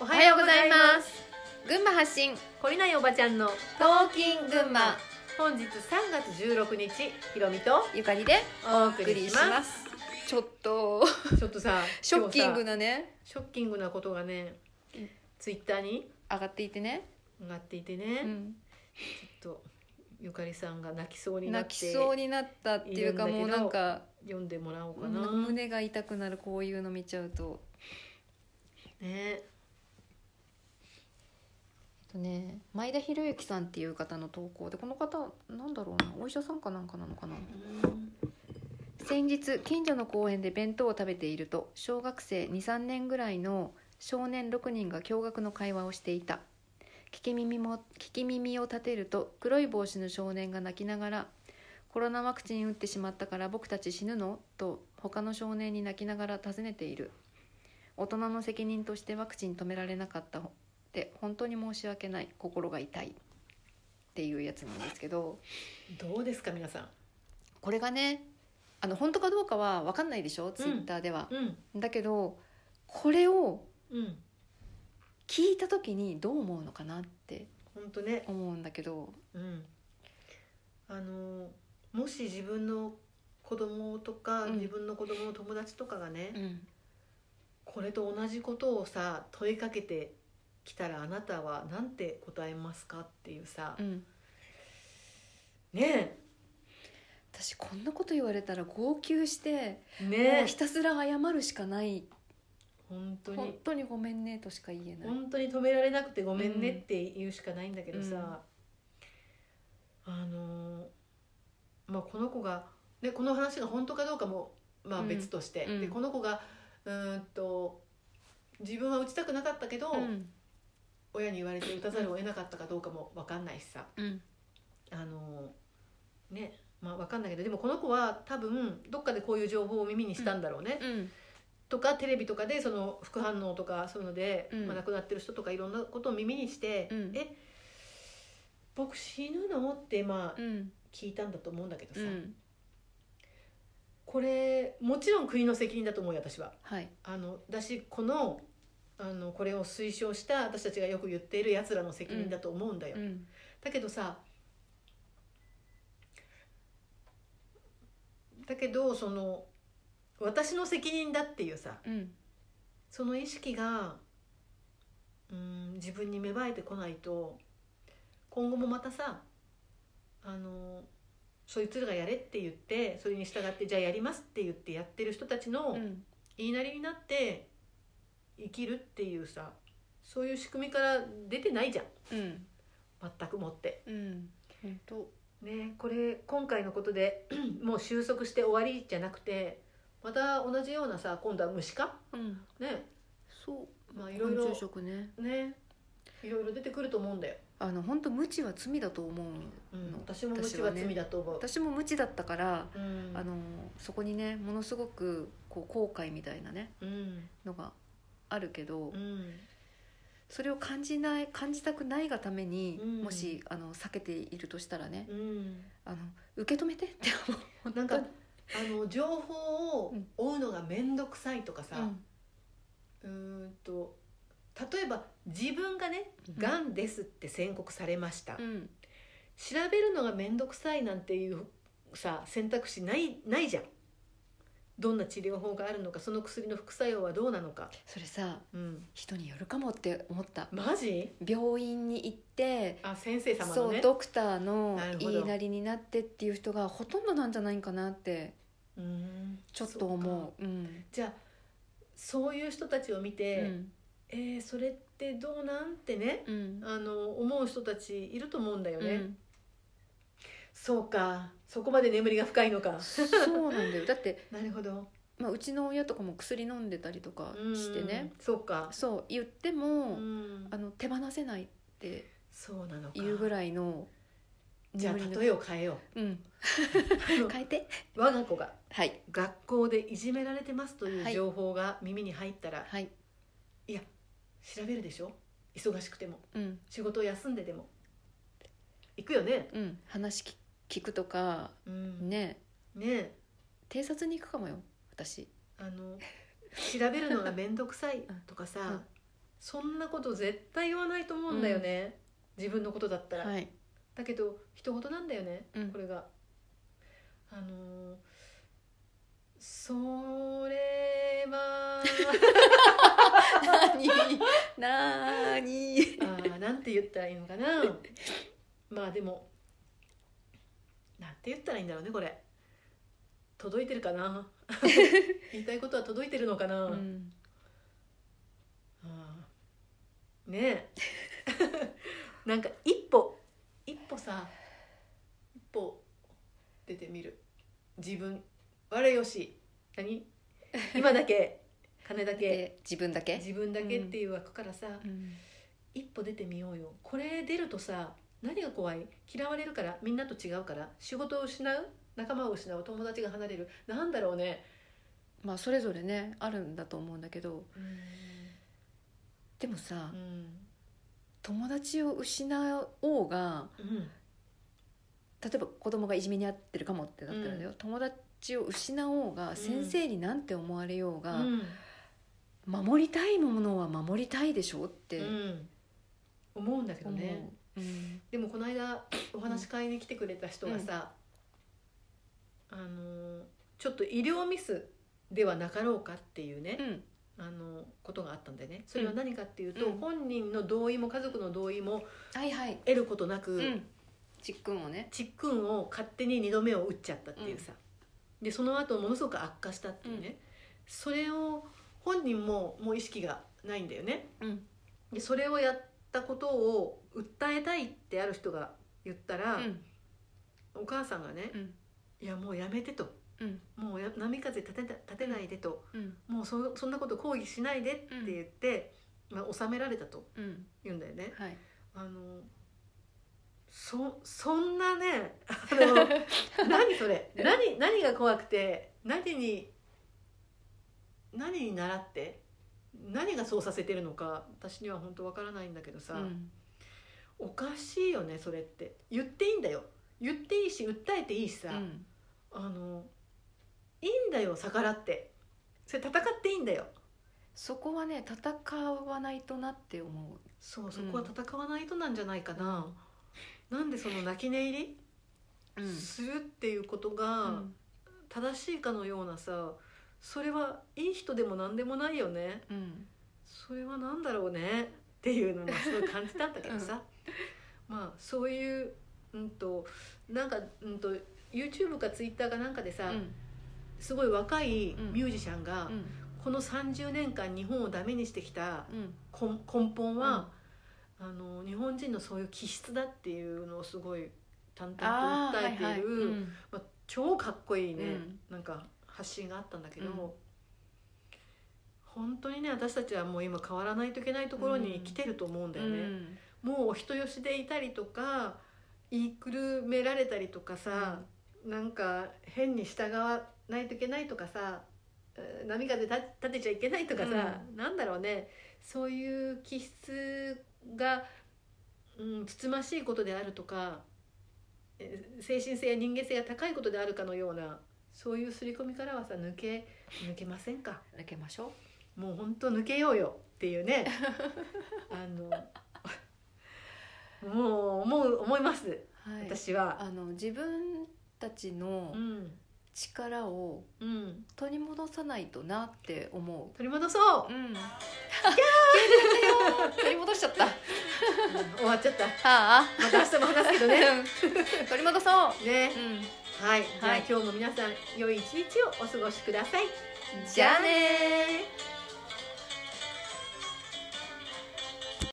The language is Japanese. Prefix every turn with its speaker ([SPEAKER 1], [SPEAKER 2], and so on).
[SPEAKER 1] お
[SPEAKER 2] おはようございます群馬発信
[SPEAKER 1] こりないおばちゃんの
[SPEAKER 2] トーキン群馬
[SPEAKER 1] 本日3月16日ひろみと
[SPEAKER 2] ゆかりで
[SPEAKER 1] お
[SPEAKER 2] お
[SPEAKER 1] 送
[SPEAKER 2] 送
[SPEAKER 1] り
[SPEAKER 2] りし
[SPEAKER 1] しま
[SPEAKER 2] ますすちょっと
[SPEAKER 1] ちょっとさ
[SPEAKER 2] ショッキング
[SPEAKER 1] な
[SPEAKER 2] なね
[SPEAKER 1] ショッキングなことがね
[SPEAKER 2] うん
[SPEAKER 1] ツイッターに
[SPEAKER 2] 上がっていてね、
[SPEAKER 1] 上がっていてね、
[SPEAKER 2] う
[SPEAKER 1] ちょっ
[SPEAKER 2] ん、
[SPEAKER 1] とゆかりさんが泣きそうになっ
[SPEAKER 2] 泣
[SPEAKER 1] て
[SPEAKER 2] きそうになったっていうか
[SPEAKER 1] いる
[SPEAKER 2] もうん
[SPEAKER 1] だけど
[SPEAKER 2] なんか
[SPEAKER 1] 読んでもらおう
[SPEAKER 2] う
[SPEAKER 1] か
[SPEAKER 2] ん
[SPEAKER 1] な、
[SPEAKER 2] なんか胸が痛くなるこういうの見ちゃうと
[SPEAKER 1] ね
[SPEAKER 2] えっとね前田博之さんっていう方の投稿でこの方なんだろうなお医者さんかなんかなのかな先日近所の公園で弁当を食べていると小学生23年ぐらいの少年6人が驚愕の会話をしていた聞き耳も聞き耳を立てると黒い帽子の少年が泣きながら「コロナワクチン打ってしまったから僕たち死ぬの?」と他の少年に泣きながら尋ねている大人の責任としてワクチン止められなかったって本当に申し訳ない心が痛いっていうやつなんですけど
[SPEAKER 1] どうですか皆さん
[SPEAKER 2] これがねあの本当かどうかは分かんないでしょツイッターでは、
[SPEAKER 1] うん
[SPEAKER 2] だけどこれを
[SPEAKER 1] うん
[SPEAKER 2] 聞いた時にどう思うのかなって
[SPEAKER 1] 本当ね
[SPEAKER 2] 思うんだけど
[SPEAKER 1] うんあのもし自分の子供とか、
[SPEAKER 2] うん
[SPEAKER 1] 自分の子供の友達とかがね、
[SPEAKER 2] うん
[SPEAKER 1] これと同じことをさ問いかけてきたらあなたはなんて答えますかっていうさ、
[SPEAKER 2] うん
[SPEAKER 1] ね
[SPEAKER 2] 私こんなこと言われたら号泣して、
[SPEAKER 1] え
[SPEAKER 2] も
[SPEAKER 1] ね
[SPEAKER 2] うひたすら謝るしかない
[SPEAKER 1] 本当
[SPEAKER 2] 本
[SPEAKER 1] に
[SPEAKER 2] 当にごめんねとしか言えない、
[SPEAKER 1] 本当に止められなくてごめんねって言うしかないんだけどさ、あのまあこの子がでこの話が本当かどうかもまあ
[SPEAKER 2] うん
[SPEAKER 1] 別として、
[SPEAKER 2] うん
[SPEAKER 1] でこの子がうーんと自分は打ちたくなかったけど、
[SPEAKER 2] うん
[SPEAKER 1] 親に言われて打たざるを得なかったかどうかも分かんないしさ
[SPEAKER 2] うん
[SPEAKER 1] あのねまあ分かんないけどでもこの子は多分どっかでこういう情報を耳にしたんだろうね、
[SPEAKER 2] うん
[SPEAKER 1] とかテレビとかでその副反応とかそういうので、
[SPEAKER 2] うん
[SPEAKER 1] まあ、亡くなってる人とかいろんなことを耳にして「
[SPEAKER 2] うん
[SPEAKER 1] え僕死ぬの?」ってまあ
[SPEAKER 2] うん
[SPEAKER 1] 聞いたんだと思うんだけど
[SPEAKER 2] う
[SPEAKER 1] さ、
[SPEAKER 2] ん
[SPEAKER 1] これもちろん国の責任だと思うよ私は。
[SPEAKER 2] はい
[SPEAKER 1] あのだしこのあのこれを推奨した私たちがよく言っているやつらの責任だと思うんだよ。
[SPEAKER 2] うん
[SPEAKER 1] だけどさだけどその私の責任だっていうさ
[SPEAKER 2] うん
[SPEAKER 1] その意識がうん自分に芽生えてこないと今後もまたさあのそいつらがやれって言ってそれに従ってじゃあやりますって言ってやってる人たち
[SPEAKER 2] う
[SPEAKER 1] の
[SPEAKER 2] ん
[SPEAKER 1] 言いなりになって生きるっていうさそういう仕組みから出てないじゃん
[SPEAKER 2] うん
[SPEAKER 1] 全くもって。
[SPEAKER 2] うん本当
[SPEAKER 1] ねこれ今回のことで もう収束して終わりじゃなくてまた同じようなさ今度は虫化
[SPEAKER 2] うん
[SPEAKER 1] ね
[SPEAKER 2] そう
[SPEAKER 1] まあいろいろ
[SPEAKER 2] 昆虫食ね
[SPEAKER 1] ねいろいろ出てくると思うんだよ、
[SPEAKER 2] あの本当無知は罪だと思う
[SPEAKER 1] うん
[SPEAKER 2] の
[SPEAKER 1] 私も虫は罪だと思う、
[SPEAKER 2] 私も無知だったから、
[SPEAKER 1] うん
[SPEAKER 2] あのそこにねものすごくこう後悔みたいなね
[SPEAKER 1] うん
[SPEAKER 2] のがあるけど、
[SPEAKER 1] うん
[SPEAKER 2] それを感じない感じたくないがために、
[SPEAKER 1] うん
[SPEAKER 2] もしあの避けているとしたらね、
[SPEAKER 1] うん
[SPEAKER 2] あの受け止めてって思う本当
[SPEAKER 1] な
[SPEAKER 2] に
[SPEAKER 1] んかあの情報を追うのが面倒くさいとかさ、うーんと例えば自分がね「がんです」って宣告されました、
[SPEAKER 2] うんうん
[SPEAKER 1] 調べるのが面倒くさいなんていうさ選択肢ないないじゃんどんな治療法があるのかその薬の副作用はどうなのか、
[SPEAKER 2] それさ
[SPEAKER 1] うん、
[SPEAKER 2] 人によるかもって思った
[SPEAKER 1] マジ
[SPEAKER 2] 病院に行って
[SPEAKER 1] あ先生様の
[SPEAKER 2] そう
[SPEAKER 1] ね
[SPEAKER 2] ドクターの
[SPEAKER 1] なるほど
[SPEAKER 2] 言いなりになってっていう人がほとんどなんじゃないかなって
[SPEAKER 1] うーん
[SPEAKER 2] ちょっと
[SPEAKER 1] そう
[SPEAKER 2] 思
[SPEAKER 1] か
[SPEAKER 2] ううん、
[SPEAKER 1] じゃあそういう人たちを見て、
[SPEAKER 2] うん
[SPEAKER 1] えーそれってどうなんてね
[SPEAKER 2] うん
[SPEAKER 1] あの思う人たちいると思うんだよね、
[SPEAKER 2] うん
[SPEAKER 1] そうかそこまで眠りが深いのか
[SPEAKER 2] そうなんだよだって
[SPEAKER 1] なるほど
[SPEAKER 2] まあ、うちの親とかも薬飲んでたりとかしてね、
[SPEAKER 1] うんそうか
[SPEAKER 2] そう言っても、
[SPEAKER 1] うん
[SPEAKER 2] あの手放せないって
[SPEAKER 1] そうなのか
[SPEAKER 2] いうぐらいの
[SPEAKER 1] じゃあ例えを変えよ
[SPEAKER 2] えうん
[SPEAKER 1] うあの
[SPEAKER 2] 変えて
[SPEAKER 1] 我が子が
[SPEAKER 2] はい
[SPEAKER 1] 学校でいじめられてますとい
[SPEAKER 2] は
[SPEAKER 1] う
[SPEAKER 2] い
[SPEAKER 1] 情報が耳に入ったら、
[SPEAKER 2] はい
[SPEAKER 1] 調べるでしょ忙しくても
[SPEAKER 2] うん
[SPEAKER 1] 仕事を休んででも行くよね
[SPEAKER 2] うん話聞聞くとか
[SPEAKER 1] うんね
[SPEAKER 2] ね
[SPEAKER 1] え
[SPEAKER 2] 偵察に行くかもよ私
[SPEAKER 1] あの調べるのが面倒くさいとかさ、
[SPEAKER 2] うん
[SPEAKER 1] そんなこと絶対言わないと思うんだよね、自分のことだったら、
[SPEAKER 2] はい
[SPEAKER 1] だけど人事なんだよね、
[SPEAKER 2] うん
[SPEAKER 1] これがあのーそれ は
[SPEAKER 2] なーに
[SPEAKER 1] あーなんて言ったらいいのかなまあでもなんて言ったらいいんだろうねこれ届いてるか な言いたいことは届いてるのかな、
[SPEAKER 2] うん
[SPEAKER 1] ああねえ なんか一歩一歩さ一歩出てみる自分我よし何今だけ金だけ
[SPEAKER 2] で自分だけ
[SPEAKER 1] 自分だけっていう枠からさ、
[SPEAKER 2] うん
[SPEAKER 1] 一歩出てみようよこれ出るとさ何が怖い嫌われるからみんなと違うから仕事を失う仲間を失う友達が離れるなんだろうね
[SPEAKER 2] まあそれぞれねあるんだと思うんだけど
[SPEAKER 1] う
[SPEAKER 2] でもさ
[SPEAKER 1] ん
[SPEAKER 2] 友達を失おうが
[SPEAKER 1] うん
[SPEAKER 2] 例えば子供がいじめにあってるかもってなったらだよ、友達を失おうが先生になんて思われよう
[SPEAKER 1] う
[SPEAKER 2] が、
[SPEAKER 1] ん
[SPEAKER 2] 守りたいものは守りたいでしょ
[SPEAKER 1] う
[SPEAKER 2] って
[SPEAKER 1] ん思うんだけど
[SPEAKER 2] 思う、
[SPEAKER 1] ね、
[SPEAKER 2] うん
[SPEAKER 1] でもこの間お話し会に来てくれた人がさ、あのちょっと医療ミスではなかろうかっていうね
[SPEAKER 2] う、ん
[SPEAKER 1] あのことがあったんでねそれは何かっていうと、
[SPEAKER 2] うん
[SPEAKER 1] 本人の同意も家族の同意も
[SPEAKER 2] はいはい、
[SPEAKER 1] 得ることなく、
[SPEAKER 2] うん、ちっくんをね
[SPEAKER 1] ちっくんを勝手に2度目を打っちゃったっていうさ、でその後ものすごく悪化したっていうね、それを本人ももう意識がないんだよね。
[SPEAKER 2] うん
[SPEAKER 1] でそれをやったことを訴えたいってある人が言った
[SPEAKER 2] う
[SPEAKER 1] ら、
[SPEAKER 2] ん
[SPEAKER 1] お母さんがね、
[SPEAKER 2] うん
[SPEAKER 1] いやもうやめてと
[SPEAKER 2] うん
[SPEAKER 1] もうや波風立てた立てないでと
[SPEAKER 2] うん
[SPEAKER 1] もうそそんなこと抗議しないでって言って、まあ、収められたと
[SPEAKER 2] うん
[SPEAKER 1] 言うんだよね。
[SPEAKER 2] はい
[SPEAKER 1] あのそそんなねあ の何それ何何が怖くて何に何に習って何がそうさせてるのか私には本当わからないんだけどさ、
[SPEAKER 2] うん
[SPEAKER 1] おかしいよねそれって言っていいんだよ言っていいし訴えていいしさ、
[SPEAKER 2] うん
[SPEAKER 1] あのいいんだよ逆らってそれ戦っていいんだよ
[SPEAKER 2] そこはね戦わないとなって思
[SPEAKER 1] そうそこは戦わないとなんじゃないかな、なんでその泣き寝入
[SPEAKER 2] う、う
[SPEAKER 1] り
[SPEAKER 2] ん
[SPEAKER 1] するっていうこと
[SPEAKER 2] う
[SPEAKER 1] が
[SPEAKER 2] ん
[SPEAKER 1] 正しいかのようなさそれはいい人でも何でもないよね
[SPEAKER 2] うん
[SPEAKER 1] それは何だろうねっていうのがすごい感じたんだけどさ、まあそういううんとなんかうんと YouTube か Twitter かなんかで
[SPEAKER 2] う
[SPEAKER 1] さ、
[SPEAKER 2] ん
[SPEAKER 1] すごい若い
[SPEAKER 2] うん
[SPEAKER 1] ミュージシャンが、
[SPEAKER 2] うん
[SPEAKER 1] この30年間日本をダメにしてきた
[SPEAKER 2] うん
[SPEAKER 1] 根根本は、あの日本人のそういう気質だっていうのをすごい淡々
[SPEAKER 2] あ
[SPEAKER 1] と
[SPEAKER 2] ー
[SPEAKER 1] 訴えている、
[SPEAKER 2] はいはいうん
[SPEAKER 1] まあ、超かっこいいね、
[SPEAKER 2] うん
[SPEAKER 1] なんか発信があったんだけど、
[SPEAKER 2] うん
[SPEAKER 1] 本当にね私たちはもう今変わらないといけないところに来てると思うんだよ
[SPEAKER 2] う
[SPEAKER 1] ね。
[SPEAKER 2] ん
[SPEAKER 1] もうお人よしでいたりとか言いくるめられたりとかさ、なんか変に従わないといけないとかさえー波風立立てちゃいけないとかさ、なんだろうねそういう気質が、うん、つつましいことであるとかえー精神性や人間性が高いことであるかのようなそういう刷り込みからはさ抜け抜けませんか
[SPEAKER 2] 抜けましょう
[SPEAKER 1] もう本当抜けようよっていう ねあのもう思う思います、
[SPEAKER 2] はい
[SPEAKER 1] 私は。
[SPEAKER 2] あの自分たちの
[SPEAKER 1] うん
[SPEAKER 2] 力を
[SPEAKER 1] うん、
[SPEAKER 2] 取り戻さないとなって思
[SPEAKER 1] 取り戻そう
[SPEAKER 2] う。 うん。取り戻しちゃった。は
[SPEAKER 1] うん終わっちゃった
[SPEAKER 2] あ。
[SPEAKER 1] また明日も話すけど ね
[SPEAKER 2] うん取り戻そう。
[SPEAKER 1] ね
[SPEAKER 2] う
[SPEAKER 1] はいじゃあ
[SPEAKER 2] はい
[SPEAKER 1] 今日も皆さん良い一日をお過ごしください
[SPEAKER 2] ん。じゃあねー。